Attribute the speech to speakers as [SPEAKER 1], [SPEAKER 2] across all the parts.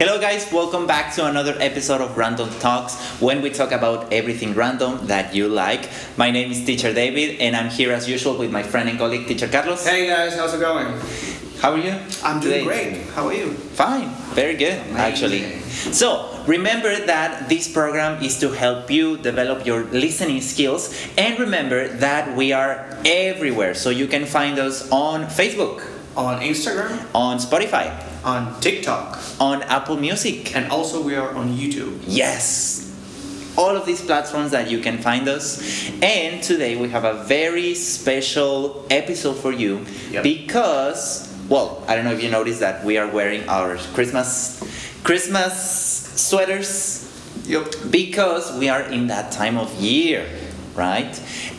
[SPEAKER 1] Hello, guys, welcome back to another episode of Random Talks when we talk about everything random that you like. My name is Teacher David, and I'm here as usual with my friend and colleague, Teacher Carlos.
[SPEAKER 2] Hey guys, how's it going?
[SPEAKER 1] How are you?
[SPEAKER 2] I'm
[SPEAKER 1] today?
[SPEAKER 2] doing great. How are you?
[SPEAKER 1] Fine, very good, actually. So, remember that this program is to help you develop your listening skills, and remember that we are everywhere. So, you can find us on Facebook,
[SPEAKER 2] On Instagram,
[SPEAKER 1] on Spotify,
[SPEAKER 2] on TikTok,
[SPEAKER 1] on Apple Music.
[SPEAKER 2] and also we are on YouTube.
[SPEAKER 1] Yes! All of these platforms that you can find us. And today we have a very special episode for you
[SPEAKER 2] Yep.
[SPEAKER 1] because, well, I don't know if you noticed that we are wearing our Christmas Christmas sweaters
[SPEAKER 2] Yep.
[SPEAKER 1] because we are in that time of year, right?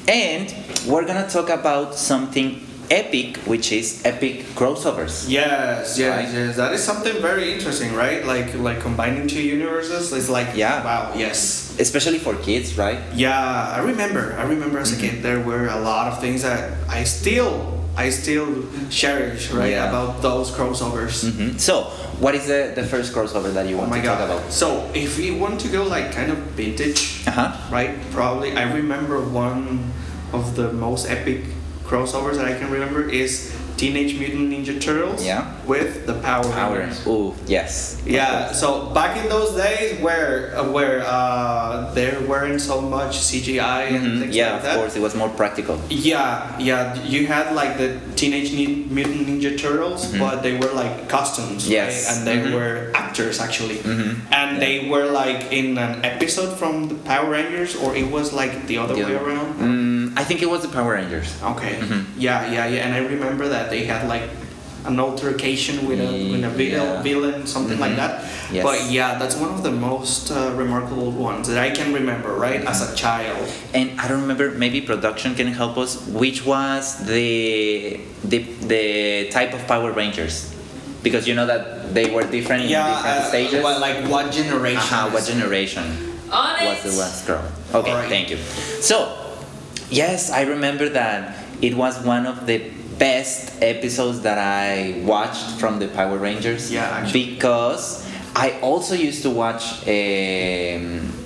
[SPEAKER 1] And we're gonna talk about something epic, which is epic crossovers.
[SPEAKER 2] Yes, yes,
[SPEAKER 1] Right.
[SPEAKER 2] yes. That is something very interesting, right? Like like combining two universes. It's like
[SPEAKER 1] Yeah.
[SPEAKER 2] wow, yes.
[SPEAKER 1] Especially for kids, right?
[SPEAKER 2] Yeah, I remember. I remember as a
[SPEAKER 1] Mm-hmm.
[SPEAKER 2] kid there were a lot of things that I still I still cherish, right?
[SPEAKER 1] Yeah.
[SPEAKER 2] About those crossovers.
[SPEAKER 1] Mhm. So, what is the, the first crossover that you
[SPEAKER 2] Mm-hmm. Oh
[SPEAKER 1] want
[SPEAKER 2] my
[SPEAKER 1] to
[SPEAKER 2] god.
[SPEAKER 1] talk about?
[SPEAKER 2] So if we want to go like kind of vintage,
[SPEAKER 1] Uh-huh.
[SPEAKER 2] right? Probably I remember one of the most epic crossovers that I can remember is Teenage Mutant Ninja Turtles
[SPEAKER 1] Yeah.
[SPEAKER 2] with the Power Rangers.
[SPEAKER 1] Hours. Ooh, yes.
[SPEAKER 2] Yeah, so back in those days where uh, where uh, there weren't so much CGI and
[SPEAKER 1] Mhm.
[SPEAKER 2] things
[SPEAKER 1] Yeah,
[SPEAKER 2] like
[SPEAKER 1] of
[SPEAKER 2] that.
[SPEAKER 1] course, it was more practical.
[SPEAKER 2] Yeah, yeah. You had like the Teenage Ni- Mutant Ninja Turtles,
[SPEAKER 1] Mhm.
[SPEAKER 2] but they were like costumes,
[SPEAKER 1] Yes.
[SPEAKER 2] right? And they
[SPEAKER 1] Mhm.
[SPEAKER 2] were actors actually,
[SPEAKER 1] Mhm.
[SPEAKER 2] and
[SPEAKER 1] Yeah.
[SPEAKER 2] they were like in an episode from the Power Rangers, or it was like the other
[SPEAKER 1] The
[SPEAKER 2] way
[SPEAKER 1] other-
[SPEAKER 2] around.
[SPEAKER 1] Mm, I think it was the Power Rangers.
[SPEAKER 2] Okay.
[SPEAKER 1] Mhm.
[SPEAKER 2] Yeah, yeah, yeah. And I remember that they had like an altercation with a with a villain,
[SPEAKER 1] Yeah.
[SPEAKER 2] villain something like
[SPEAKER 1] Mhm.
[SPEAKER 2] that.
[SPEAKER 1] Yes.
[SPEAKER 2] But yeah, that's one of the most uh, remarkable ones that I can remember, right? As
[SPEAKER 1] Mm-hmm.
[SPEAKER 2] a child.
[SPEAKER 1] And I don't remember. Maybe production can help us. Which was the the, the type of Power Rangers? Because you know that they were different in
[SPEAKER 2] Yeah,
[SPEAKER 1] different
[SPEAKER 2] uh,
[SPEAKER 1] stages.
[SPEAKER 2] what- like what generation?
[SPEAKER 1] uh what
[SPEAKER 2] is-
[SPEAKER 1] generation?
[SPEAKER 3] On
[SPEAKER 1] was the
[SPEAKER 3] it.
[SPEAKER 1] last girl. Okay,
[SPEAKER 2] Alright.
[SPEAKER 1] thank you. So, yes, I remember that it was one of the best episodes that I watched from the Power Rangers.
[SPEAKER 2] Yeah, actually.
[SPEAKER 1] Because I also used to watch um,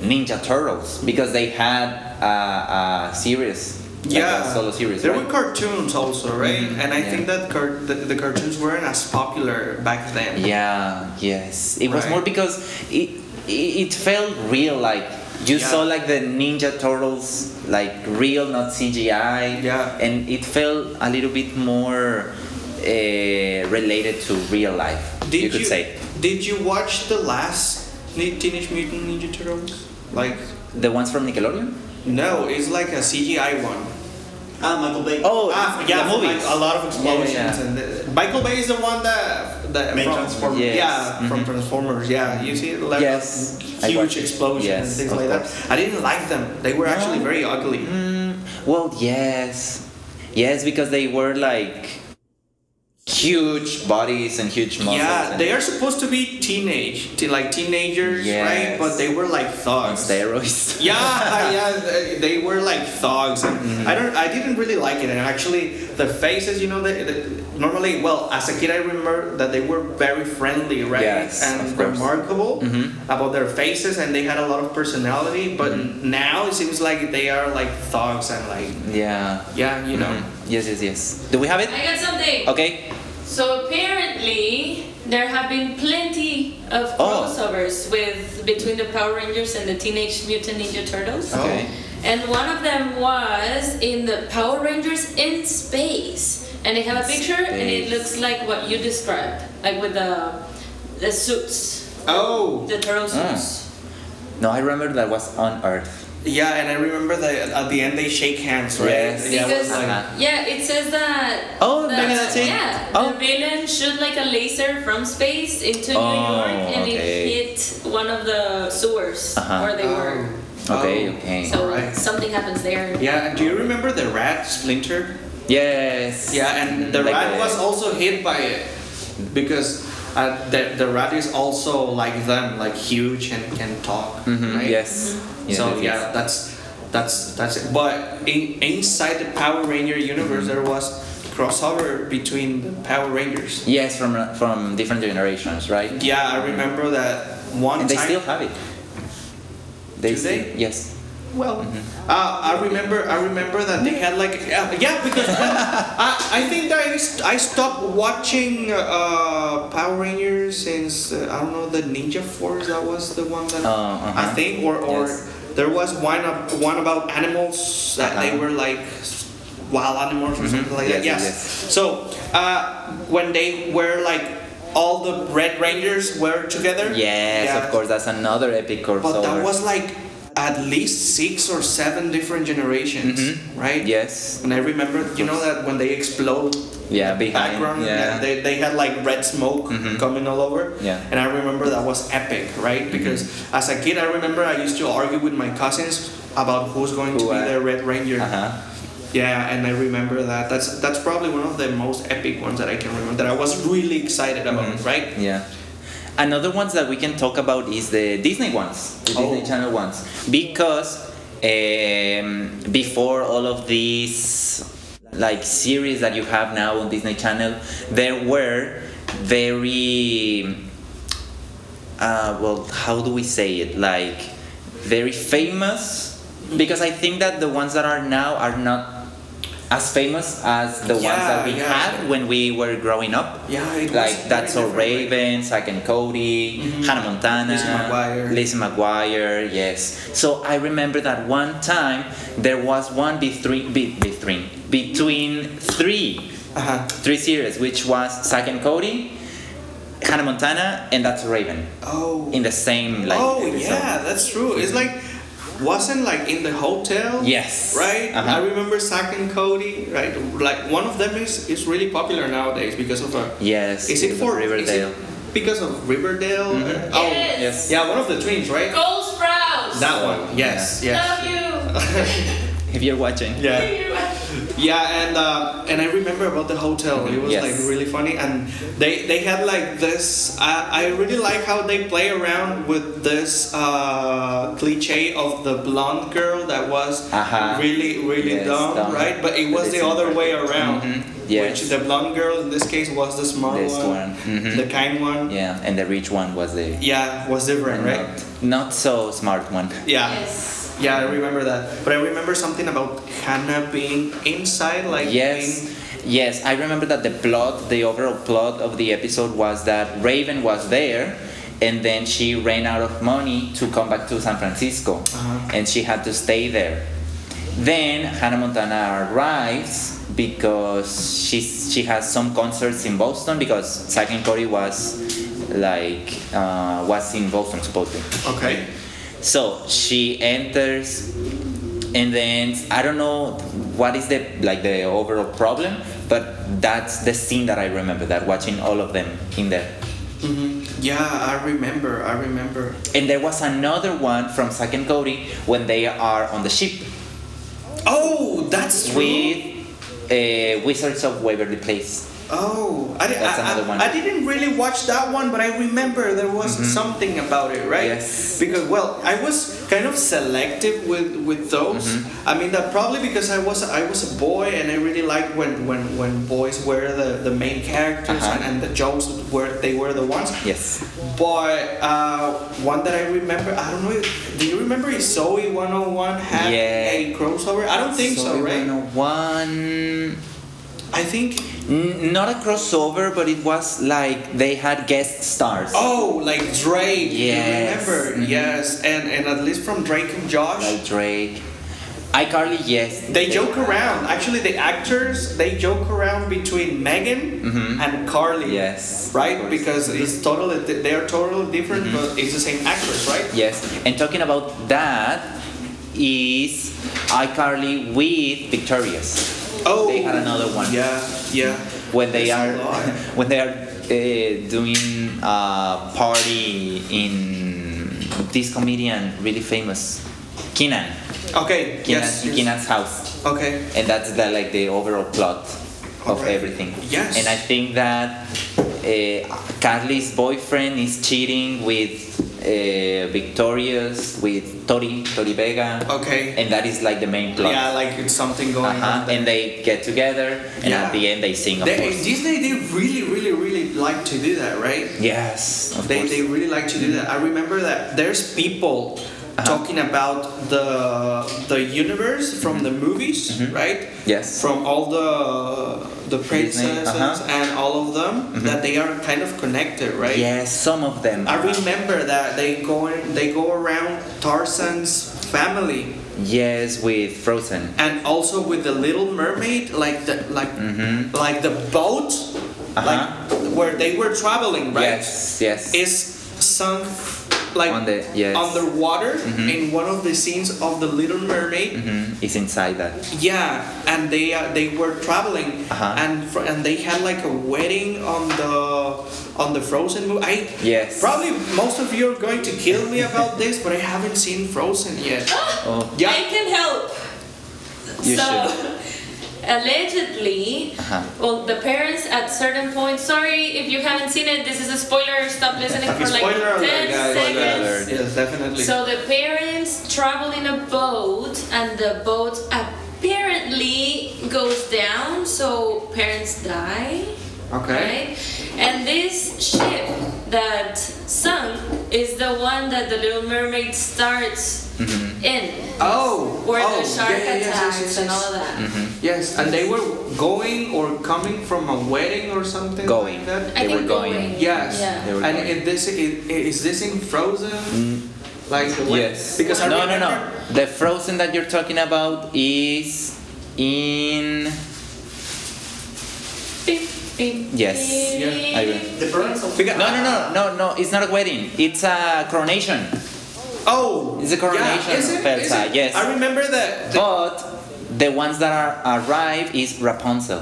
[SPEAKER 1] Ninja Turtles because they had a, a series. like a
[SPEAKER 2] Yeah,
[SPEAKER 1] solo series.
[SPEAKER 2] There
[SPEAKER 1] right?
[SPEAKER 2] were cartoons also, right?
[SPEAKER 1] Mhm,
[SPEAKER 2] And I
[SPEAKER 1] yeah.
[SPEAKER 2] think that car- the, the cartoons weren't as popular back then.
[SPEAKER 1] Yeah, yes. It was
[SPEAKER 2] Right.
[SPEAKER 1] more because it, it it felt real like you
[SPEAKER 2] Yeah.
[SPEAKER 1] saw like the Ninja Turtles like real not CGI.
[SPEAKER 2] Yeah.
[SPEAKER 1] And it felt a little bit more uh, related to real life.
[SPEAKER 2] Did
[SPEAKER 1] you could say
[SPEAKER 2] Did you watch the last Ni- Teenage Mutant Ninja Turtles? Like,
[SPEAKER 1] the ones from Nickelodeon?
[SPEAKER 2] no, it's like a CGI one.
[SPEAKER 4] Ah, Michael Bay.
[SPEAKER 1] Oh,
[SPEAKER 2] ah,
[SPEAKER 1] the
[SPEAKER 2] yeah,
[SPEAKER 1] movies.
[SPEAKER 2] like a lot of explosions.
[SPEAKER 1] Yeah, yeah.
[SPEAKER 2] And the, Michael Bay is the one that that
[SPEAKER 4] Made
[SPEAKER 2] from,
[SPEAKER 4] Transformers.
[SPEAKER 1] Yes.
[SPEAKER 2] Yeah, from
[SPEAKER 1] Mhm.
[SPEAKER 2] Transformers. Yeah, you see, like
[SPEAKER 1] Yes, I watched
[SPEAKER 2] huge
[SPEAKER 1] it.
[SPEAKER 2] explosions
[SPEAKER 1] Yes,
[SPEAKER 2] and things
[SPEAKER 1] of
[SPEAKER 2] like
[SPEAKER 1] course.
[SPEAKER 2] that. I didn't like them. They were
[SPEAKER 1] No.
[SPEAKER 2] actually very ugly.
[SPEAKER 1] Mm, well, yes, yes, because they were like huge bodies and huge muscles.
[SPEAKER 2] Yeah,
[SPEAKER 1] and
[SPEAKER 2] they are supposed to be teenage, t- like teenagers, right?
[SPEAKER 1] Yes.
[SPEAKER 2] But they were like
[SPEAKER 1] on
[SPEAKER 2] thugs.
[SPEAKER 1] steroids.
[SPEAKER 2] Yeah, yeah, they- they were like thugs. And
[SPEAKER 1] Mm-hmm.
[SPEAKER 2] I don't, I didn't really like it. And actually, the faces, you know, the, the, normally, well, as a kid, I remember that they were very friendly, right?
[SPEAKER 1] Yes,
[SPEAKER 2] and
[SPEAKER 1] of course.
[SPEAKER 2] remarkable
[SPEAKER 1] Mhm.
[SPEAKER 2] about their faces, and they had a lot of personality. But
[SPEAKER 1] Mm-hmm.
[SPEAKER 2] now it seems like they are like thugs and like,
[SPEAKER 1] yeah.
[SPEAKER 2] yeah, you know.
[SPEAKER 1] Mhm. Yes, yes, yes. Do we have it?
[SPEAKER 3] I got something.
[SPEAKER 1] Okay.
[SPEAKER 3] So apparently, there have been plenty of
[SPEAKER 1] Oh.
[SPEAKER 3] crossovers with between the Power Rangers and the Teenage Mutant Ninja Turtles.
[SPEAKER 2] Oh.
[SPEAKER 1] Okay.
[SPEAKER 3] And one of them was in the Power Rangers in space, and they have a picture, and it
[SPEAKER 1] Space.
[SPEAKER 3] looks like what you described, like with the the suits,
[SPEAKER 1] Mm-hmm.
[SPEAKER 2] Oh.
[SPEAKER 3] the turtle
[SPEAKER 1] Ah.
[SPEAKER 3] suits.
[SPEAKER 1] No, I remember that was on Earth.
[SPEAKER 2] Yeah, and I remember that at the end they shake hands, right?
[SPEAKER 1] Yes.
[SPEAKER 2] Yeah, it was
[SPEAKER 3] Because-
[SPEAKER 2] like-
[SPEAKER 1] Uh-huh.
[SPEAKER 3] Yeah, it says that.
[SPEAKER 1] Oh,
[SPEAKER 3] that-
[SPEAKER 1] maybe that's it.
[SPEAKER 3] Yeah,
[SPEAKER 1] Oh.
[SPEAKER 3] the villain shot like a laser from space into New
[SPEAKER 1] Oh,
[SPEAKER 3] York, and
[SPEAKER 1] okay.
[SPEAKER 3] it hit one of the sewers
[SPEAKER 1] Uh-huh.
[SPEAKER 3] where they were.
[SPEAKER 1] Okay,
[SPEAKER 2] Oh.
[SPEAKER 1] okay.
[SPEAKER 3] So
[SPEAKER 2] alright.
[SPEAKER 3] something happens there.
[SPEAKER 2] Yeah, and do you remember the rat Splinter?
[SPEAKER 1] yes.
[SPEAKER 2] Yeah, and the
[SPEAKER 1] Like
[SPEAKER 2] rat
[SPEAKER 1] the-
[SPEAKER 2] was also hit by it because uh, the, the rat is also like them, like huge and can talk,
[SPEAKER 1] Mhm,
[SPEAKER 2] right? Mm-hmm.
[SPEAKER 1] Yes.
[SPEAKER 3] Mm-hmm.
[SPEAKER 1] Yes,
[SPEAKER 2] so
[SPEAKER 1] yes,
[SPEAKER 2] yeah, that's that's that's it. But in, inside the Power Ranger universe, there was crossover between the Power Rangers.
[SPEAKER 1] Yes, from from different generations, right?
[SPEAKER 2] Yeah, I remember that one
[SPEAKER 1] And they
[SPEAKER 2] time.
[SPEAKER 1] still have it. They
[SPEAKER 2] Do
[SPEAKER 1] still-
[SPEAKER 2] they?
[SPEAKER 1] Yes.
[SPEAKER 2] Well, uh, I remember. I remember that they had like yeah, yeah because when- I, I think that I, s- I stopped watching uh, Power Rangers since uh, I don't know the Ninja Force. That was the one that
[SPEAKER 1] Uh, uh-huh.
[SPEAKER 2] I think, or or
[SPEAKER 1] Yes.
[SPEAKER 2] there was one of, one about animals that they
[SPEAKER 1] Uh-huh. Mm-hmm.
[SPEAKER 2] were like wild animals or something like that.
[SPEAKER 1] Yes,
[SPEAKER 2] Yes.
[SPEAKER 1] yes,
[SPEAKER 2] So uh, when they were like all the Red Rangers were together.
[SPEAKER 1] Yes, of
[SPEAKER 2] yeah,
[SPEAKER 1] course. That's another epic crossover.
[SPEAKER 2] but that was like at least six or seven different generations,
[SPEAKER 1] Mm-hmm.
[SPEAKER 2] right?
[SPEAKER 1] Yes.
[SPEAKER 2] And I remember, you know, that when they explode
[SPEAKER 1] Yeah, behind.
[SPEAKER 2] background,
[SPEAKER 1] yeah. Mm-hmm.
[SPEAKER 2] they, they had like red smoke coming all over.
[SPEAKER 1] Yeah. Mm-hmm.
[SPEAKER 2] And I remember that was epic, right? Because as a kid, I remember I used to argue with my cousins about who's going to
[SPEAKER 1] Who
[SPEAKER 2] be
[SPEAKER 1] are-
[SPEAKER 2] the Red Ranger.
[SPEAKER 1] uh-huh.
[SPEAKER 2] Yeah, and I remember that. That's that's probably one of the most epic ones that I can remember. That I was really excited about,
[SPEAKER 1] Mm-hmm.
[SPEAKER 2] right?
[SPEAKER 1] Yeah. Another ones that we can talk about is the Disney ones, the
[SPEAKER 2] Oh.
[SPEAKER 1] Disney Channel ones, because um, before all of these like series that you have now on Disney Channel, there were very uh, well, how do we say it? Like very famous, because I think that the ones that are now are not as famous as the ones
[SPEAKER 2] Yeah,
[SPEAKER 1] that we
[SPEAKER 2] yeah.
[SPEAKER 1] had when we were growing up
[SPEAKER 2] Yeah, it was
[SPEAKER 1] like that's all
[SPEAKER 2] very different, right?
[SPEAKER 1] Raven, Zack and Cody, Hannah Montana,
[SPEAKER 2] Lizzie Mm-hmm. McGuire.
[SPEAKER 1] Lizzie McGuire, yes. So I remember that one time there was one between be- between between three
[SPEAKER 2] Uh-huh.
[SPEAKER 1] three series, which was Zack and Cody, Hannah Montana, and that's Raven
[SPEAKER 2] Oh.
[SPEAKER 1] in the same like.
[SPEAKER 2] oh
[SPEAKER 1] episode.
[SPEAKER 2] yeah, that's true. It's like wasn't like in the hotel.
[SPEAKER 1] Yes.
[SPEAKER 2] Right.
[SPEAKER 1] Uh-huh.
[SPEAKER 2] I remember Zack and Cody. Right. Like one of them is is really popular nowadays because of a.
[SPEAKER 1] Yes.
[SPEAKER 2] Is it
[SPEAKER 1] because of
[SPEAKER 2] for is it
[SPEAKER 1] Riverdale?
[SPEAKER 2] because of Riverdale.
[SPEAKER 3] Mm-hmm.
[SPEAKER 1] Mhm.
[SPEAKER 2] Oh.
[SPEAKER 3] Yes.
[SPEAKER 1] yes.
[SPEAKER 2] Yeah, one of the twins, right?
[SPEAKER 3] Gold sprouts.
[SPEAKER 2] That one. Yes. Yes.
[SPEAKER 3] Love you.
[SPEAKER 1] If you're watching.
[SPEAKER 2] Yeah.
[SPEAKER 3] Love you.
[SPEAKER 2] Yeah, and uh, and I remember about the hotel. It was
[SPEAKER 1] Yes.
[SPEAKER 2] like really funny, and they they had like this. I I really like how they play around with this uh, cliche of the blonde girl that was
[SPEAKER 1] Uh-huh.
[SPEAKER 2] really really
[SPEAKER 1] Yes,
[SPEAKER 2] dumb,
[SPEAKER 1] dumb.
[SPEAKER 2] right? But it
[SPEAKER 1] But
[SPEAKER 2] was the
[SPEAKER 1] it's
[SPEAKER 2] other way around.
[SPEAKER 1] Mhm. Yes.
[SPEAKER 2] Which the blonde girl in this case was the smart
[SPEAKER 1] This one.
[SPEAKER 2] one,
[SPEAKER 1] Mhm.
[SPEAKER 2] the kind one.
[SPEAKER 1] Yeah, and the rich one was the
[SPEAKER 2] Yeah, was different, right?
[SPEAKER 1] not, not so smart one.
[SPEAKER 2] Yeah.
[SPEAKER 3] Yes.
[SPEAKER 2] Yeah, I remember that. But I remember something about Hannah being inside, like being-
[SPEAKER 1] yes yes i remember that the plot the overall plot of the episode was that raven was there and then she ran out of money to come back to san francisco
[SPEAKER 2] Uh-huh.
[SPEAKER 1] and she had to stay there then hannah montana arrives because she she has some concerts in boston because Zack and cody was like uh, was in boston supposedly
[SPEAKER 2] Okay.
[SPEAKER 1] so she enters, and then I don't know what is the like the overall problem, but that's the scene that I remember. That watching all of them in there,
[SPEAKER 2] hmm Yeah, I remember. I remember.
[SPEAKER 1] and there was another one from Zack and Cody when they are on the ship
[SPEAKER 2] Oh, that's
[SPEAKER 1] with uh, Wizards of Waverly Place.
[SPEAKER 2] Oh, I, di-
[SPEAKER 1] That's
[SPEAKER 2] I- I-
[SPEAKER 1] another one. Mm-hmm.
[SPEAKER 2] I didn't really watch that one, but I remember there was something about it, right?
[SPEAKER 1] Yes.
[SPEAKER 2] Because well, I was kind of selective with with those.
[SPEAKER 1] Mm-hmm.
[SPEAKER 2] I mean, that probably because I was I was a boy and I really liked when when when boys were the the main characters
[SPEAKER 1] Uh-huh.
[SPEAKER 2] and, and the jokes were they were the ones.
[SPEAKER 1] Yes.
[SPEAKER 2] But uh, one that I remember, I don't know. if- Do you remember if Zoe 101 had
[SPEAKER 1] Yeah.
[SPEAKER 2] a crossover? I don't think so,
[SPEAKER 1] Zoe
[SPEAKER 2] right?
[SPEAKER 1] 101.
[SPEAKER 2] I think.
[SPEAKER 1] N- not a crossover, but it was like they had guest stars.
[SPEAKER 2] Oh, like Drake. you
[SPEAKER 1] Yes.
[SPEAKER 2] remember?
[SPEAKER 1] Mhm.
[SPEAKER 2] Yes, and and at least from Drake and Josh.
[SPEAKER 1] Like Drake. iCarly, yes.
[SPEAKER 2] they joke around. Actually, the actors they joke around between Megan
[SPEAKER 1] Mhm.
[SPEAKER 2] and Carly.
[SPEAKER 1] Yes. of
[SPEAKER 2] Right,
[SPEAKER 1] course.
[SPEAKER 2] because it's totally they are totally different,
[SPEAKER 1] Mm-hmm.
[SPEAKER 2] but it's the same actress, right?
[SPEAKER 1] Yes, and talking about that is iCarly with Victorious
[SPEAKER 2] Oh,
[SPEAKER 1] They had another one.
[SPEAKER 2] Yeah, yeah.
[SPEAKER 1] when they
[SPEAKER 2] There's
[SPEAKER 1] are
[SPEAKER 2] a lot.
[SPEAKER 1] when they are uh, doing a party in this comedian really famous Keenan
[SPEAKER 2] Okay.
[SPEAKER 1] Keenan
[SPEAKER 2] Yes. yes.
[SPEAKER 1] Keenan's house,
[SPEAKER 2] Okay.
[SPEAKER 1] and that's the like the overall plot of
[SPEAKER 2] Alright.
[SPEAKER 1] everything.
[SPEAKER 2] Yes.
[SPEAKER 1] and I think that uh, Carly's boyfriend is cheating with uh, Victorious with Tori, Tori Vega.
[SPEAKER 2] Okay.
[SPEAKER 1] And that is like the main plot.
[SPEAKER 2] Yeah, like it's something going
[SPEAKER 1] Uh-huh.
[SPEAKER 2] on. there.
[SPEAKER 1] And they get together, and
[SPEAKER 2] Yeah.
[SPEAKER 1] at the end they sing. Of
[SPEAKER 2] They-
[SPEAKER 1] course.
[SPEAKER 2] Disney, they really, really, really like to do that, right?
[SPEAKER 1] Yes, of
[SPEAKER 2] They,
[SPEAKER 1] course.
[SPEAKER 2] they really like to do that. I remember that there's people
[SPEAKER 1] Uh-huh.
[SPEAKER 2] talking about the the universe from
[SPEAKER 1] Mm-hmm.
[SPEAKER 2] the movies, right?
[SPEAKER 1] yes.
[SPEAKER 2] From all the the princesses
[SPEAKER 1] uh-huh. Mm-hmm.
[SPEAKER 2] and all of them that they are kind of connected, right?
[SPEAKER 1] Yes, some of them.
[SPEAKER 2] I remember that they go in, they go around Tarzan's family
[SPEAKER 1] yes, with Frozen.
[SPEAKER 2] and also with the Little Mermaid, like the like
[SPEAKER 1] Mm-hmm.
[SPEAKER 2] like the boat, like where they were traveling, right?
[SPEAKER 1] Uh-huh. Yes, yes.
[SPEAKER 2] is sunk like
[SPEAKER 1] On the- yes. Mm-hmm.
[SPEAKER 2] underwater in one of the scenes of the Little Mermaid.
[SPEAKER 1] Mhm, It's inside that.
[SPEAKER 2] Yeah, and they uh, they were traveling,
[SPEAKER 1] Uh-huh.
[SPEAKER 2] and fr- and they had like a wedding on the on the Frozen movie. I
[SPEAKER 1] Yes.
[SPEAKER 2] probably most of you are going to kill me about this, but I haven't seen Frozen yet.
[SPEAKER 1] Oh,
[SPEAKER 2] Yeah.
[SPEAKER 3] I can help.
[SPEAKER 1] You
[SPEAKER 3] so,
[SPEAKER 1] should.
[SPEAKER 3] allegedly,
[SPEAKER 1] Uh-huh.
[SPEAKER 3] well, the parents at certain point. Sorry if you haven't seen it. This is a spoiler. Stop listening for like
[SPEAKER 2] Spoiler alert,
[SPEAKER 3] ten
[SPEAKER 2] guys.
[SPEAKER 1] Spoiler
[SPEAKER 3] seconds.
[SPEAKER 1] alert.
[SPEAKER 2] Yes, definitely.
[SPEAKER 3] So the parents travel in a boat, and the boat apparently goes down, so parents die.
[SPEAKER 2] okay.
[SPEAKER 3] Right? And this ship that sunk is the one that the Little Mermaid starts in.
[SPEAKER 2] Oh.
[SPEAKER 3] Where
[SPEAKER 2] Mm-hmm. oh,
[SPEAKER 3] the shark
[SPEAKER 2] yeah, yeah, yes, yes,
[SPEAKER 3] attacks
[SPEAKER 2] yes,
[SPEAKER 3] and
[SPEAKER 2] yes. Mm-hmm.
[SPEAKER 3] all that.
[SPEAKER 2] Yes, and they were going or coming from a wedding or something
[SPEAKER 1] Going.
[SPEAKER 2] like that.
[SPEAKER 3] I
[SPEAKER 1] They were
[SPEAKER 3] think
[SPEAKER 1] going.
[SPEAKER 2] Yes.
[SPEAKER 3] Yeah.
[SPEAKER 1] They were
[SPEAKER 2] and
[SPEAKER 1] going.
[SPEAKER 2] in this is, is this in Frozen? Like the way-
[SPEAKER 1] Mm. yes.
[SPEAKER 2] Because I
[SPEAKER 1] no, no,
[SPEAKER 2] remember,
[SPEAKER 1] no. The Frozen that you're talking about is in.
[SPEAKER 3] Beep, beep,
[SPEAKER 1] Yes.
[SPEAKER 3] beep.
[SPEAKER 2] Yeah,
[SPEAKER 1] I agree.
[SPEAKER 4] The parents of
[SPEAKER 2] Because,
[SPEAKER 1] No, no, no, no, no. It's not a wedding. It's a coronation.
[SPEAKER 2] Oh,
[SPEAKER 1] It's a coronation
[SPEAKER 2] Yeah, is it?
[SPEAKER 1] of
[SPEAKER 2] Is
[SPEAKER 1] Elsa,
[SPEAKER 2] it?
[SPEAKER 1] yes.
[SPEAKER 2] I remember that. the-
[SPEAKER 1] But the ones that are arrive is Rapunzel.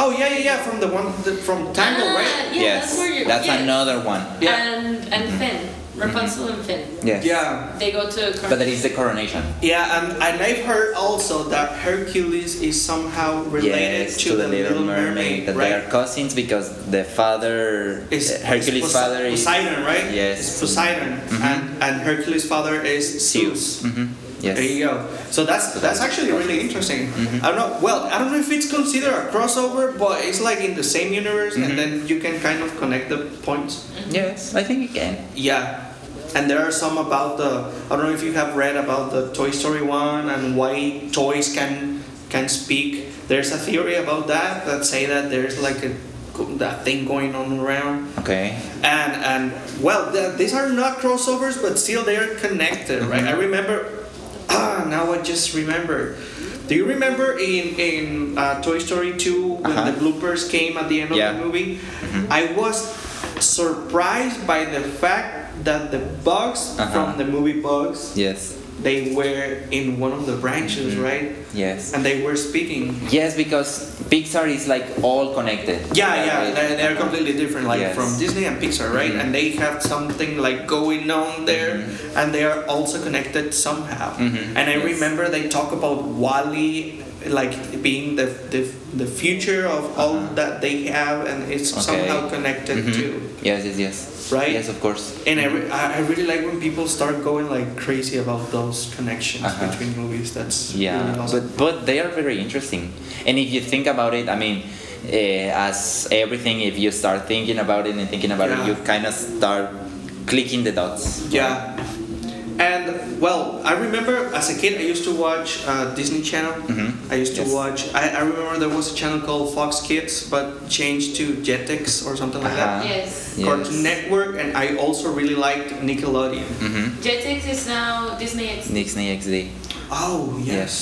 [SPEAKER 2] oh yeah, yeah, yeah. From the one the, from Tangle,
[SPEAKER 3] Ah,
[SPEAKER 2] right?
[SPEAKER 3] Yeah,
[SPEAKER 1] yes,
[SPEAKER 3] that's where you're yes.
[SPEAKER 1] another one.
[SPEAKER 2] Yeah. Mm-hmm.
[SPEAKER 3] And, and Finn. Rapunzel and Finn.
[SPEAKER 1] Yes.
[SPEAKER 2] Yeah.
[SPEAKER 3] They go to
[SPEAKER 1] But that is the coronation.
[SPEAKER 2] Yeah, and, and I've heard also that Hercules is somehow related
[SPEAKER 1] yes,
[SPEAKER 2] to, the, Little Mermaid,
[SPEAKER 1] that
[SPEAKER 2] right?
[SPEAKER 1] they are cousins because the father,
[SPEAKER 2] Is
[SPEAKER 1] uh, Hercules'
[SPEAKER 2] Pose-
[SPEAKER 1] father is
[SPEAKER 2] Poseidon, right?
[SPEAKER 1] Yes. Mm-hmm.
[SPEAKER 2] It's Poseidon, and and Hercules' father is Zeus.
[SPEAKER 1] Zeus. Mhm, Yes. Mm-hmm.
[SPEAKER 2] There you go. So that's that's actually really interesting. I don't know. Well, I don't know if it's considered a crossover, but it's like in the same universe,
[SPEAKER 1] Mm-hmm.
[SPEAKER 2] and then you can kind of connect the points.
[SPEAKER 1] Yes, I think again.
[SPEAKER 2] Yeah. And there are some about the. I don't know if you have read about the Toy Story one and why toys can can speak. There's a theory about that that say that there's like a that thing going on around
[SPEAKER 1] Okay.
[SPEAKER 2] and and well th- these are not crossovers but still they are connected right
[SPEAKER 1] Mm-hmm.
[SPEAKER 2] i remember ah now i just remember do you remember in in uh, toy story 2 when
[SPEAKER 1] Uh-huh.
[SPEAKER 2] the bloopers came at the end of
[SPEAKER 1] Yeah. Mm-hmm.
[SPEAKER 2] the movie i was surprised by the fact that the bugs
[SPEAKER 1] Uh-huh.
[SPEAKER 2] from the movie bugs
[SPEAKER 1] Yes.
[SPEAKER 2] they were in one of the branches
[SPEAKER 1] Mm-hmm.
[SPEAKER 2] right
[SPEAKER 1] Yes.
[SPEAKER 2] and they were speaking
[SPEAKER 1] Yes, because Pixar is like all connected. uh,
[SPEAKER 2] Yeah, yeah,
[SPEAKER 1] Right?
[SPEAKER 2] they're, they're completely different, like
[SPEAKER 1] Yes.
[SPEAKER 2] from Disney and Pixar, right?
[SPEAKER 1] Mhm.
[SPEAKER 2] And they have something like going on there, and they are also connected somehow.
[SPEAKER 1] Mhm.
[SPEAKER 2] And I
[SPEAKER 1] Mm-hmm. Yes.
[SPEAKER 2] remember they talk about Wally, like being the the, the future of all
[SPEAKER 1] Uh-huh.
[SPEAKER 2] that they have, and it's
[SPEAKER 1] Okay.
[SPEAKER 2] somehow connected
[SPEAKER 1] Mhm.
[SPEAKER 2] too.
[SPEAKER 1] Yes, yes, yes.
[SPEAKER 2] Right?
[SPEAKER 1] Yes, of course.
[SPEAKER 2] And I, re- I I really like when people start going like crazy about those connections
[SPEAKER 1] Uh-huh.
[SPEAKER 2] between movies. That's really
[SPEAKER 1] Yeah,
[SPEAKER 2] awesome.
[SPEAKER 1] but but they are very interesting, and if you think about it, I mean, uh, as everything, if you start thinking about it and thinking about
[SPEAKER 2] Yeah.
[SPEAKER 1] it, you kind of start clicking the dots.
[SPEAKER 2] Yeah. And well, I remember as a kid, I used to watch uh, Disney Channel.
[SPEAKER 1] Mhm.
[SPEAKER 2] I used to
[SPEAKER 1] Yes.
[SPEAKER 2] watch. I, I remember there was a channel called Fox Kids, but changed to Jetix or something like
[SPEAKER 1] Uh-huh.
[SPEAKER 3] Yes.
[SPEAKER 2] that. Cartoon Network, and I also really liked Nickelodeon.
[SPEAKER 1] Mm-hmm.
[SPEAKER 3] Jetix is now Disney X.
[SPEAKER 1] Disney XD.
[SPEAKER 2] Oh yes,
[SPEAKER 1] Yes.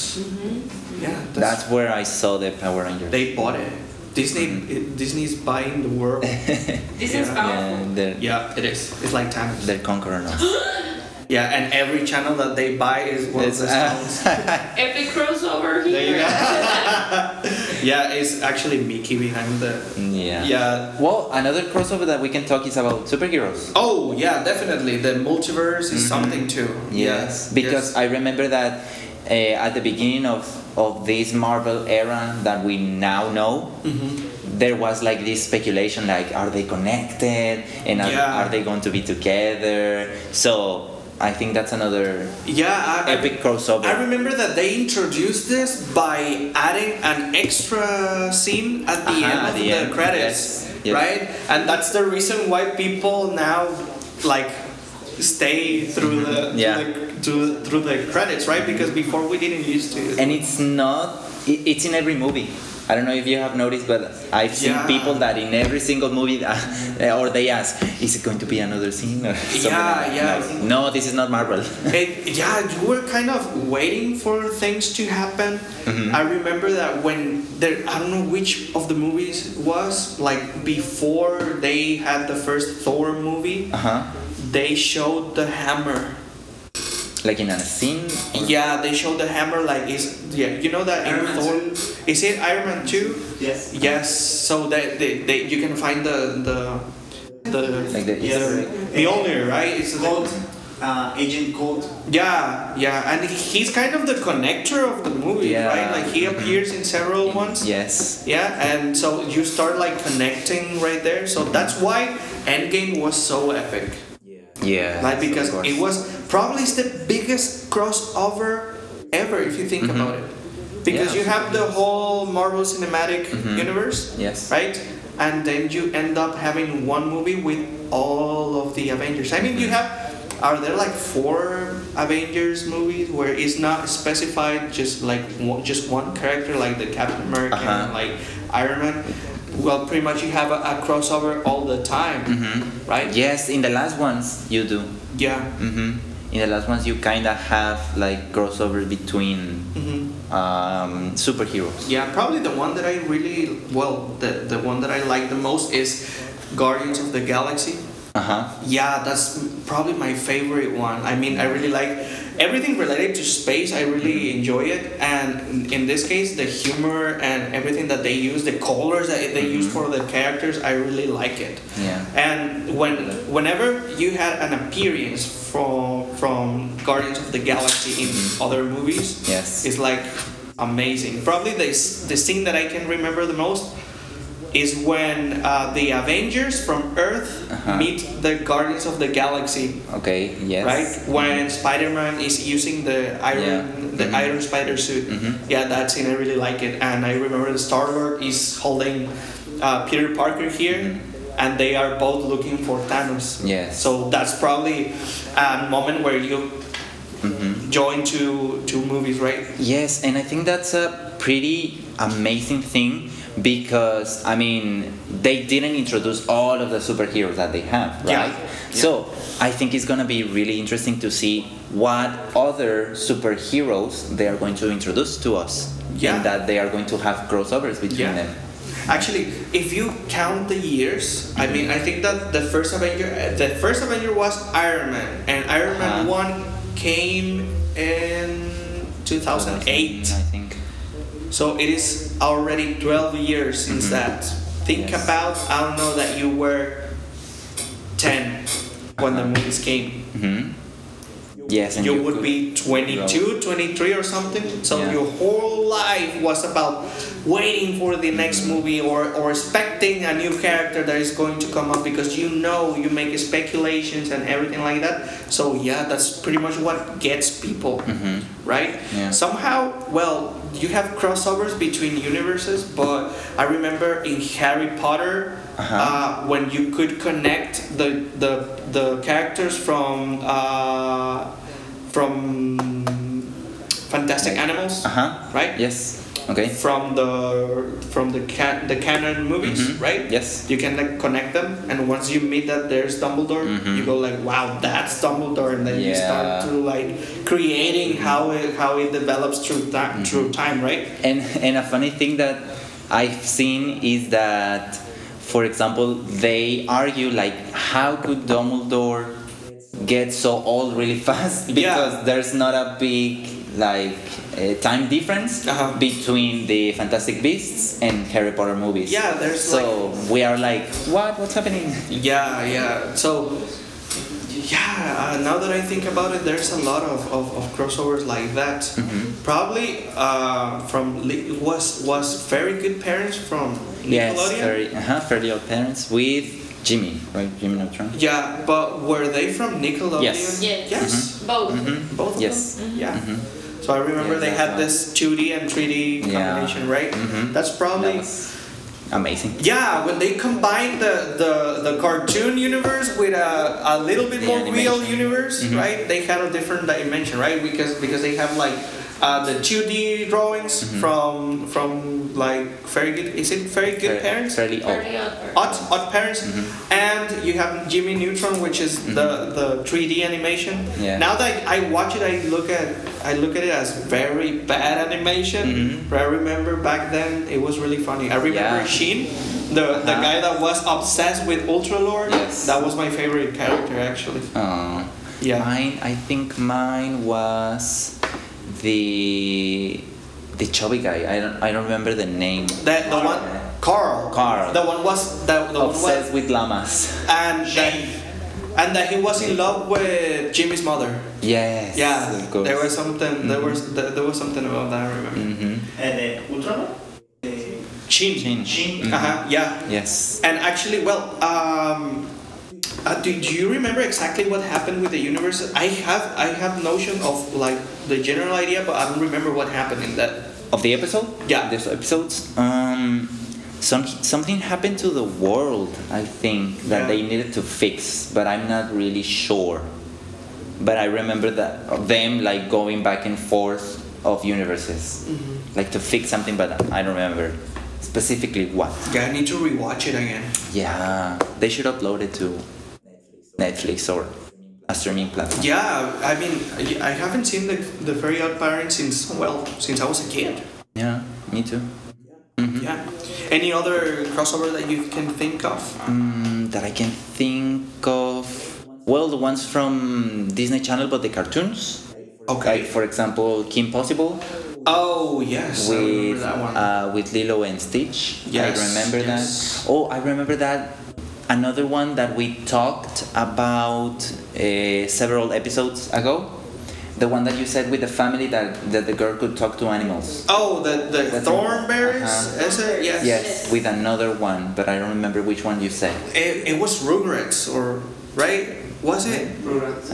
[SPEAKER 2] yeah.
[SPEAKER 1] That's where I saw the Power Rangers.
[SPEAKER 2] they bought it. Disney,
[SPEAKER 1] Mm-hmm.
[SPEAKER 2] Disney's buying the world.
[SPEAKER 3] Disney's
[SPEAKER 2] Yeah.
[SPEAKER 3] powerful.
[SPEAKER 1] yeah, they're,
[SPEAKER 2] yeah, it is. It's like time.
[SPEAKER 1] they're conquering us.
[SPEAKER 2] Yeah, and every channel that they buy is one
[SPEAKER 1] It's- uh,
[SPEAKER 2] of the stones.
[SPEAKER 3] Epic crossover
[SPEAKER 2] There you
[SPEAKER 3] here.
[SPEAKER 2] go. yeah, it's actually Mickey behind the.
[SPEAKER 1] yeah.
[SPEAKER 2] Yeah.
[SPEAKER 1] Well, another crossover that we can talk is about superheroes.
[SPEAKER 2] Oh, yeah, definitely. The multiverse is something too.
[SPEAKER 1] Mm-hmm. Yes,
[SPEAKER 2] Yeah,
[SPEAKER 1] because
[SPEAKER 2] yes.
[SPEAKER 1] I remember that uh, at the beginning of, of this Marvel era that we now know,
[SPEAKER 2] Mm-hmm.
[SPEAKER 1] there was like this speculation like are they connected and are,
[SPEAKER 2] Yeah.
[SPEAKER 1] are they going to be together so i think that's another
[SPEAKER 2] Yeah, I,
[SPEAKER 1] epic crossover
[SPEAKER 2] I remember that they introduced this by adding an extra scene at the
[SPEAKER 1] Uh-huh,
[SPEAKER 2] end
[SPEAKER 1] at
[SPEAKER 2] of
[SPEAKER 1] the
[SPEAKER 2] the,
[SPEAKER 1] end,
[SPEAKER 2] credits,
[SPEAKER 1] yes, yes.
[SPEAKER 2] right? And that's the reason why people now like stay through the
[SPEAKER 1] Mm-hmm. Yeah.
[SPEAKER 2] through, the, through, through the credits, right? Because before we didn't used to.
[SPEAKER 1] and it's not it, it's in every movie i don't know if you have noticed but i've seen
[SPEAKER 2] Yeah.
[SPEAKER 1] people that in every single movie uh, or they ask is it going to be another scene or something
[SPEAKER 2] Yeah,
[SPEAKER 1] like that.
[SPEAKER 2] yeah.
[SPEAKER 1] Like, no this is not marvel
[SPEAKER 2] it, yeah, you were kind of waiting for things to happen.
[SPEAKER 1] Mm-hmm.
[SPEAKER 2] I remember that when there, I don't know which of the movies was, like before they had the first Thor movie,
[SPEAKER 1] uh-huh
[SPEAKER 2] they showed the hammer.
[SPEAKER 1] like in a scene
[SPEAKER 2] Yeah, they showed the hammer like is yeah. You know that in
[SPEAKER 4] Iron Man
[SPEAKER 2] Thor, is it Iron Man two?
[SPEAKER 4] Yes.
[SPEAKER 2] Yes. So that they, they you can find the the the
[SPEAKER 1] like the
[SPEAKER 4] Yes.
[SPEAKER 1] Easter egg.
[SPEAKER 2] the owner right? It's
[SPEAKER 4] Cold, uh, Agent Cold.
[SPEAKER 2] Yeah, yeah, and he's kind of the connector of the movie,
[SPEAKER 1] Yeah.
[SPEAKER 2] right? Like he appears in several ones.
[SPEAKER 1] yes
[SPEAKER 2] Yeah, and so you start like connecting right there. So that's why Endgame was so epic.
[SPEAKER 4] Yeah.
[SPEAKER 1] yeah
[SPEAKER 2] Like because
[SPEAKER 1] of course.
[SPEAKER 2] it was probably it's the biggest crossover ever if you think about it. Because
[SPEAKER 1] Mm-hmm. Yeah. Mm-hmm.
[SPEAKER 2] you have the whole Marvel Cinematic Universe,
[SPEAKER 1] yes
[SPEAKER 2] right? And then you end up having one movie with all of the Avengers. I mean, you
[SPEAKER 1] Mm-hmm.
[SPEAKER 2] have are there like four Avengers movies where it's not specified just like one, just one character like the Captain America and
[SPEAKER 1] Uh-huh.
[SPEAKER 2] like Iron Man? Well, pretty much you have a, a crossover all the time,
[SPEAKER 1] Mhm.
[SPEAKER 2] right?
[SPEAKER 1] yes in the last ones you do
[SPEAKER 2] Yeah.
[SPEAKER 1] hmm in the last ones you kind of have like crossovers between
[SPEAKER 2] hmm
[SPEAKER 1] um, superheroes
[SPEAKER 2] Yeah, probably the one that I really well, the the one that I like the most is Guardians of the Galaxy.
[SPEAKER 1] uh-huh
[SPEAKER 2] Yeah, that's probably my favorite one. I mean, I really like everything related to space. I really enjoy it, and in this case, the humor and everything that they use, the colors that they use for the characters, I really like it.
[SPEAKER 1] yeah
[SPEAKER 2] And when whenever you had an appearance from from Guardians of the Galaxy in other movies,
[SPEAKER 1] yes
[SPEAKER 2] is like amazing. Probably the the scene that I can remember the most is when uh, the Avengers from Earth
[SPEAKER 1] Uh-huh.
[SPEAKER 2] meet the Guardians of the Galaxy,
[SPEAKER 1] okay yes Mm-hmm.
[SPEAKER 2] right? When Spider-Man is using the iron
[SPEAKER 1] Yeah.
[SPEAKER 2] the
[SPEAKER 1] Mhm.
[SPEAKER 2] iron spider suit.
[SPEAKER 1] Mhm.
[SPEAKER 2] Yeah, that scene I really like it, and I remember the Star Lord is holding uh, Peter Parker here. And they are both looking for Thanos.
[SPEAKER 1] Mm-hmm. Yes.
[SPEAKER 2] So that's probably a moment where you
[SPEAKER 1] Mhm.
[SPEAKER 2] join two two movies, right?
[SPEAKER 1] Yes, and I think that's a pretty amazing thing because I mean they didn't introduce all of the superheroes that they have,
[SPEAKER 2] Yeah.
[SPEAKER 1] right? So I think it's gonna be really interesting to see what other superheroes they are going to introduce to us,
[SPEAKER 2] Yeah.
[SPEAKER 1] and that they are going to have crossovers between
[SPEAKER 2] Yeah.
[SPEAKER 1] them.
[SPEAKER 2] Actually, if you count the years, I mean, I think that the first Avenger, uh, the first Avenger was Iron Man, and Iron Man
[SPEAKER 1] Uh-huh.
[SPEAKER 2] one came in 2008.
[SPEAKER 1] I think.
[SPEAKER 2] So it is already 12 years since that. Think
[SPEAKER 1] Mm-hmm. Yes.
[SPEAKER 2] about, I don't know, that you were 10 when the movies came.
[SPEAKER 1] hmm Yes, and
[SPEAKER 2] mm-hmm. you,
[SPEAKER 1] you,
[SPEAKER 2] would
[SPEAKER 1] could-
[SPEAKER 2] be 22, 23 or something. So
[SPEAKER 1] Yeah.
[SPEAKER 2] your whole life was about waiting for the next movie or, or expecting a new character that is going to come up because you know you make speculations and everything like that. So yeah, that's pretty much what gets people,
[SPEAKER 1] Mm-hmm.
[SPEAKER 2] right?
[SPEAKER 1] Yeah.
[SPEAKER 2] Somehow, well, you have crossovers between universes, but I remember in Harry Potter,
[SPEAKER 1] Uh-huh.
[SPEAKER 2] uh, when you could connect the the, the characters from uh, from Fantastic Animals,
[SPEAKER 1] Uh-huh.
[SPEAKER 2] right?
[SPEAKER 1] Yes. Okay.
[SPEAKER 2] From the from the can, the canon movies,
[SPEAKER 1] Mhm.
[SPEAKER 2] right?
[SPEAKER 1] Yes.
[SPEAKER 2] You can like connect them, and once you meet that there's Dumbledore,
[SPEAKER 1] Mhm.
[SPEAKER 2] you go like, "Wow, that's Dumbledore," and then you
[SPEAKER 1] Yeah. Mm-hmm.
[SPEAKER 2] start to like creating how it how it develops through time, through time, right?
[SPEAKER 1] And and a funny thing that I've seen is that, for example, they argue like, how could Dumbledore get so old really fast?
[SPEAKER 2] Yeah.
[SPEAKER 1] Because there's not a big like uh, time difference
[SPEAKER 2] Uh-huh.
[SPEAKER 1] between the Fantastic Beasts and Harry Potter movies.
[SPEAKER 2] Yeah, there's
[SPEAKER 1] so we are like, what? What's happening?
[SPEAKER 2] Yeah, yeah. So yeah, uh, now that I think about it, there's a lot of, of, of crossovers like that.
[SPEAKER 1] Mm-hmm.
[SPEAKER 2] Probably uh, from Li- was was very good parents from
[SPEAKER 1] Yes,
[SPEAKER 2] Nickelodeon.
[SPEAKER 1] very, uh-huh, fairly old parents with Jimmy, right? Jimmy Neutron.
[SPEAKER 2] Yeah, but were they from Nickelodeon?
[SPEAKER 1] Yes.
[SPEAKER 3] Yes.
[SPEAKER 2] Yes.
[SPEAKER 3] Both.
[SPEAKER 1] Mhm.
[SPEAKER 2] Both of
[SPEAKER 1] Yes.
[SPEAKER 2] them. Yeah.
[SPEAKER 1] Mhm.
[SPEAKER 2] So I remember
[SPEAKER 1] Yeah,
[SPEAKER 2] they had
[SPEAKER 1] that
[SPEAKER 2] this 2D and 3D
[SPEAKER 1] Yeah.
[SPEAKER 2] combination, right?
[SPEAKER 1] Mhm.
[SPEAKER 2] That's probably
[SPEAKER 1] That was amazing.
[SPEAKER 2] Yeah, when they combine the, the, the cartoon universe with a, a little bit
[SPEAKER 1] The
[SPEAKER 2] more real
[SPEAKER 1] animation.
[SPEAKER 2] universe,
[SPEAKER 1] Mhm.
[SPEAKER 2] right? They had a different dimension, right? Because because they have like uh, the two D drawings
[SPEAKER 1] Mhm.
[SPEAKER 2] from from like very good is it very good
[SPEAKER 1] Fair-
[SPEAKER 2] parents?
[SPEAKER 1] Fairly old.
[SPEAKER 3] Very awkward.
[SPEAKER 2] Odd, odd parents,
[SPEAKER 1] Mhm.
[SPEAKER 2] and you have Jimmy Neutron, which is the the 3D animation.
[SPEAKER 1] Mm-hmm. Yeah.
[SPEAKER 2] Now that I watch it, I look at I look at it as very bad animation.
[SPEAKER 1] Mhm.
[SPEAKER 2] But I remember back then it was really funny. I remember
[SPEAKER 1] Yeah.
[SPEAKER 2] Sheen, the the
[SPEAKER 1] Uh-huh.
[SPEAKER 2] guy that was obsessed with Ultra Lord.
[SPEAKER 1] Yes.
[SPEAKER 2] That was my favorite character actually.
[SPEAKER 1] Oh.
[SPEAKER 2] Yeah.
[SPEAKER 1] Mine, I think mine was the the chubby guy. I don't, I don't remember the name.
[SPEAKER 2] That the one Carl.
[SPEAKER 1] Carl.
[SPEAKER 2] The one was the, the one was
[SPEAKER 1] Obsessed Oh, with llamas.
[SPEAKER 2] and that, and that he was in love with Jimmy's mother.
[SPEAKER 1] Yes.
[SPEAKER 2] Yeah.
[SPEAKER 1] Of course. Mm-hmm.
[SPEAKER 2] There was something. There was there, there was something about that. I remember.
[SPEAKER 1] hmm
[SPEAKER 4] And uh, the Ultraman? The
[SPEAKER 2] Sheen.
[SPEAKER 1] Jin.
[SPEAKER 4] Shin.
[SPEAKER 1] Mhm.
[SPEAKER 2] Uh-huh, yeah.
[SPEAKER 1] Yes.
[SPEAKER 2] And actually, well, um, uh, do, do you remember exactly what happened with the universe? I have I have notion of like the general idea, but I don't remember what happened in that.
[SPEAKER 1] Of the episode?
[SPEAKER 2] Yeah.
[SPEAKER 1] There's episodes. Um, some something happened to the world. I think that
[SPEAKER 2] Yeah.
[SPEAKER 1] they needed to fix, but I'm not really sure. But I remember that of them like going back and forth of universes,
[SPEAKER 2] Mm-hmm.
[SPEAKER 1] like to fix something, but I don't remember specifically what.
[SPEAKER 2] Yeah, I need to rewatch it again.
[SPEAKER 1] Yeah, they should upload it to Netflix or a streaming platform.
[SPEAKER 2] Yeah, I mean, I I haven't seen the the very odd parents since well since I was a kid.
[SPEAKER 1] Yeah, me too. Mm-hmm.
[SPEAKER 2] Yeah. Any other crossover that you can think of?
[SPEAKER 1] Mm, that I can think of. Well, the ones from Disney Channel, but the cartoons. Like,
[SPEAKER 2] Okay.
[SPEAKER 1] for example, Kim Possible
[SPEAKER 2] Oh yes, I remember
[SPEAKER 1] with,
[SPEAKER 2] that one.
[SPEAKER 1] uh, with Lilo and Stitch.
[SPEAKER 2] Yes,
[SPEAKER 1] I remember
[SPEAKER 2] yes.
[SPEAKER 1] that. Oh, I remember that. Another one that we talked about uh, several episodes ago. The one that you said with the family that, that the girl could talk to animals.
[SPEAKER 2] oh, the the
[SPEAKER 1] That's-
[SPEAKER 2] thornberries.
[SPEAKER 1] uh-huh.
[SPEAKER 2] Is it? Yes.
[SPEAKER 1] Yes, with another one, but I don't remember which one you said.
[SPEAKER 2] It, it was Rugrats, or right? Was it?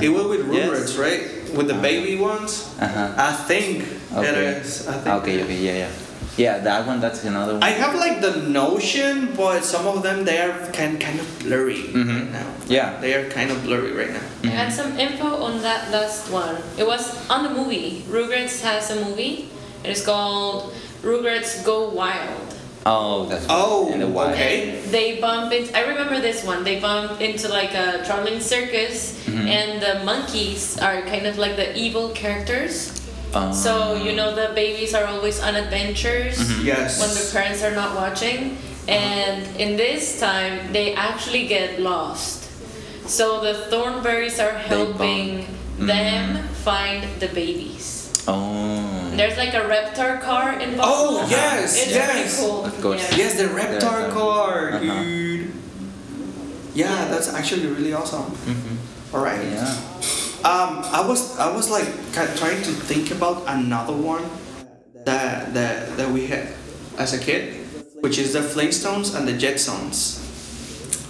[SPEAKER 2] It was with Rugrats,
[SPEAKER 1] Yes.
[SPEAKER 2] right? With the baby ones.
[SPEAKER 1] Uh-huh.
[SPEAKER 2] I think it
[SPEAKER 1] Okay.
[SPEAKER 2] is. I think.
[SPEAKER 1] Okay, okay, yeah, yeah. Yeah, that one, that's another one.
[SPEAKER 2] I have like the notion, but some of them they are kind kind of blurry right
[SPEAKER 1] Mhm.
[SPEAKER 2] now.
[SPEAKER 1] Yeah.
[SPEAKER 2] They are kind of blurry right now.
[SPEAKER 3] I had some info on that last one. It was on the movie. Rugrats has a movie. It is called Rugrats Go Wild.
[SPEAKER 1] Oh, that's
[SPEAKER 2] Oh,
[SPEAKER 1] in the wild.
[SPEAKER 2] okay.
[SPEAKER 3] They bump into. I remember this one. They bump into like a traveling circus,
[SPEAKER 1] Mm-hmm.
[SPEAKER 3] and the monkeys are kind of like the evil characters.
[SPEAKER 1] Um,
[SPEAKER 3] So you know the babies are always on adventures
[SPEAKER 1] Mm-hmm.
[SPEAKER 2] Yes.
[SPEAKER 3] when the parents are not watching, and in this time they actually get lost. So the thornberries are
[SPEAKER 1] bump.
[SPEAKER 3] helping them
[SPEAKER 2] Mm-hmm.
[SPEAKER 3] find the babies.
[SPEAKER 1] Oh.
[SPEAKER 3] There's like a Reptar car involved.
[SPEAKER 2] Oh, yes,
[SPEAKER 3] it's
[SPEAKER 2] yes.
[SPEAKER 3] pretty cool.
[SPEAKER 1] Of course.
[SPEAKER 3] Yeah.
[SPEAKER 2] Yes, the Reptar
[SPEAKER 1] Reptar.
[SPEAKER 2] car,
[SPEAKER 1] Uh-huh.
[SPEAKER 2] dude. Yeah, that's actually really awesome.
[SPEAKER 1] Mhm.
[SPEAKER 2] All right.
[SPEAKER 1] Yeah.
[SPEAKER 2] Um, I was I was like ki- trying to think about another one that that that we had as a kid, which is the Flintstones and the Jetsons.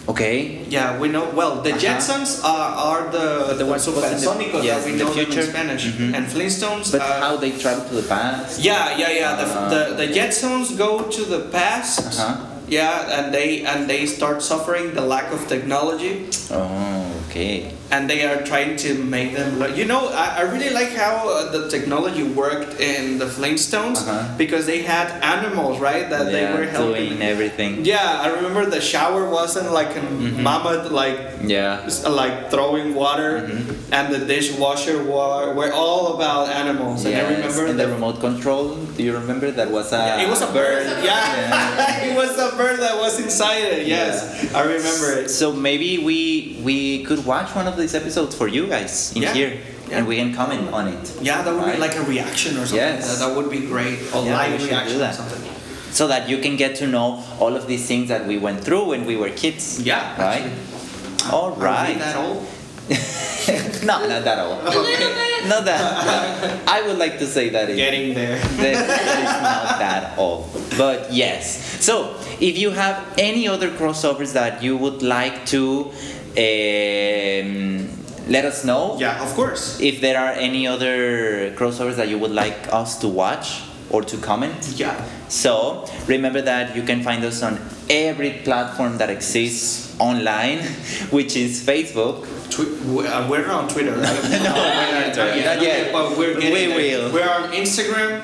[SPEAKER 1] Okay.
[SPEAKER 2] Yeah, we know well. The
[SPEAKER 1] Uh-huh.
[SPEAKER 2] Jetsons are, are the
[SPEAKER 1] The ones who was in the-
[SPEAKER 2] supersonicos
[SPEAKER 1] yes,
[SPEAKER 2] that we
[SPEAKER 1] in the
[SPEAKER 2] know them in
[SPEAKER 1] future.
[SPEAKER 2] Spanish,
[SPEAKER 1] Mhm.
[SPEAKER 2] and Flintstones.
[SPEAKER 1] But
[SPEAKER 2] uh,
[SPEAKER 1] how they travel to the past?
[SPEAKER 2] yeah, yeah, yeah. The,
[SPEAKER 1] Ah,
[SPEAKER 2] the, the
[SPEAKER 1] okay.
[SPEAKER 2] Jetsons go to the past.
[SPEAKER 1] Uh-huh.
[SPEAKER 2] Yeah, and they and they start suffering the lack of technology,
[SPEAKER 1] Oh, okay.
[SPEAKER 2] and they are trying to make them. learn. You know, I, I really like how uh, the technology worked in the Flintstones
[SPEAKER 1] Uh-huh.
[SPEAKER 2] because they had animals, right?
[SPEAKER 1] yeah,
[SPEAKER 2] That Uh, they were
[SPEAKER 1] doing
[SPEAKER 2] helping.
[SPEAKER 1] everything.
[SPEAKER 2] Yeah, I remember the shower wasn't like a
[SPEAKER 1] Mm-hmm.
[SPEAKER 2] mama like
[SPEAKER 1] Yeah.
[SPEAKER 2] s- like throwing water
[SPEAKER 1] Mm-hmm.
[SPEAKER 2] and the dishwasher were, were all about animals and i
[SPEAKER 1] Yes,
[SPEAKER 2] remember
[SPEAKER 1] and the remote control. Do you remember that was uh, a?
[SPEAKER 2] it was a bird yeah
[SPEAKER 1] Yeah.
[SPEAKER 2] it was a bird that was inside it yes i remember it
[SPEAKER 1] So maybe we we could watch one of these episodes for you guys in
[SPEAKER 2] Yeah.
[SPEAKER 1] here,
[SPEAKER 2] Yeah.
[SPEAKER 1] and we can comment on it.
[SPEAKER 2] yeah that would be
[SPEAKER 1] Right.
[SPEAKER 2] like a reaction or something
[SPEAKER 1] Yes.
[SPEAKER 2] that, that would be great a
[SPEAKER 1] Yeah, we
[SPEAKER 2] live
[SPEAKER 1] should do
[SPEAKER 2] reaction or
[SPEAKER 1] that.
[SPEAKER 2] something
[SPEAKER 1] so that you can get to know all of these things that we went through when we were kids.
[SPEAKER 2] Yeah,
[SPEAKER 1] Right. All
[SPEAKER 2] Are we
[SPEAKER 1] right.
[SPEAKER 2] that old?
[SPEAKER 1] no, not that old.
[SPEAKER 3] A little bit.
[SPEAKER 1] Not that. I would like to say that it-
[SPEAKER 2] Getting there.
[SPEAKER 1] that it's not that old. But yes. So if you have any other crossovers that you would like to um, let us know,
[SPEAKER 2] Yeah, of course.
[SPEAKER 1] if there are any other crossovers that you would like us to watch or to comment.
[SPEAKER 2] Yeah.
[SPEAKER 1] So remember that you can find us on every platform that exists online, which is Facebook.
[SPEAKER 2] Twi- we- uh, we're not on Twitter. no, we're not
[SPEAKER 1] Twitter.
[SPEAKER 2] Yeah,
[SPEAKER 1] Not yet.
[SPEAKER 2] But we're getting
[SPEAKER 1] We
[SPEAKER 2] there.
[SPEAKER 1] will.
[SPEAKER 2] We're on Instagram.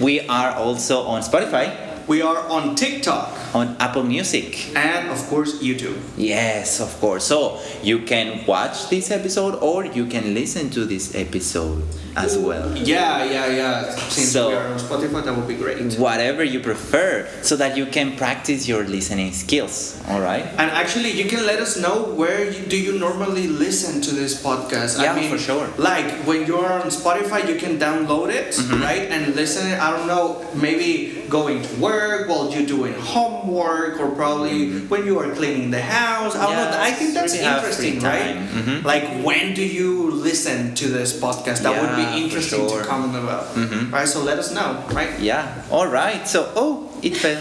[SPEAKER 1] We are also on Spotify,
[SPEAKER 2] We are on TikTok.
[SPEAKER 1] on Apple Music.
[SPEAKER 2] And of course, YouTube.
[SPEAKER 1] Yes, of course. So you can watch this episode or you can listen to this episode as well.
[SPEAKER 2] Yeah, yeah, yeah. Since
[SPEAKER 1] So-
[SPEAKER 2] we are on Spotify, that would be great.
[SPEAKER 1] Whatever you prefer, so that you can practice your listening skills. All right.
[SPEAKER 2] And actually, you can let us know where you, do you normally listen to this podcast.
[SPEAKER 1] Yeah,
[SPEAKER 2] I mean,
[SPEAKER 1] for sure.
[SPEAKER 2] Like when you're on Spotify, you can download it,
[SPEAKER 1] Mm-hmm.
[SPEAKER 2] right, and listen. It, I don't know, maybe going to work while you're doing homework, or probably when you are cleaning the house. I don't know.
[SPEAKER 1] Yeah,
[SPEAKER 2] I think that's
[SPEAKER 1] really Mm-hmm. have free
[SPEAKER 2] interesting,
[SPEAKER 1] time.
[SPEAKER 2] right?
[SPEAKER 1] Mhm.
[SPEAKER 2] Like when do you listen to this podcast? That would
[SPEAKER 1] Yeah, for
[SPEAKER 2] be interesting
[SPEAKER 1] sure.
[SPEAKER 2] to comment about,
[SPEAKER 1] Mhm.
[SPEAKER 2] right? So let us know, right?
[SPEAKER 1] Yeah. All right. So, oh, it fell.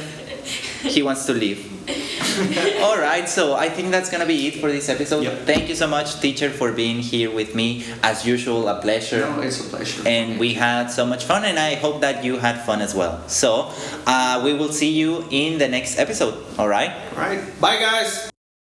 [SPEAKER 1] he wants to leave. All right. So, I think that's going to be it for this episode.
[SPEAKER 2] Yep.
[SPEAKER 1] Thank you so much, teacher, for being here with me. As usual, a pleasure.
[SPEAKER 2] No, it's a pleasure.
[SPEAKER 1] And we had so much fun, and I hope that you had fun as well. So, uh, we will see you in the next episode. All right.
[SPEAKER 2] All right, bye, guys.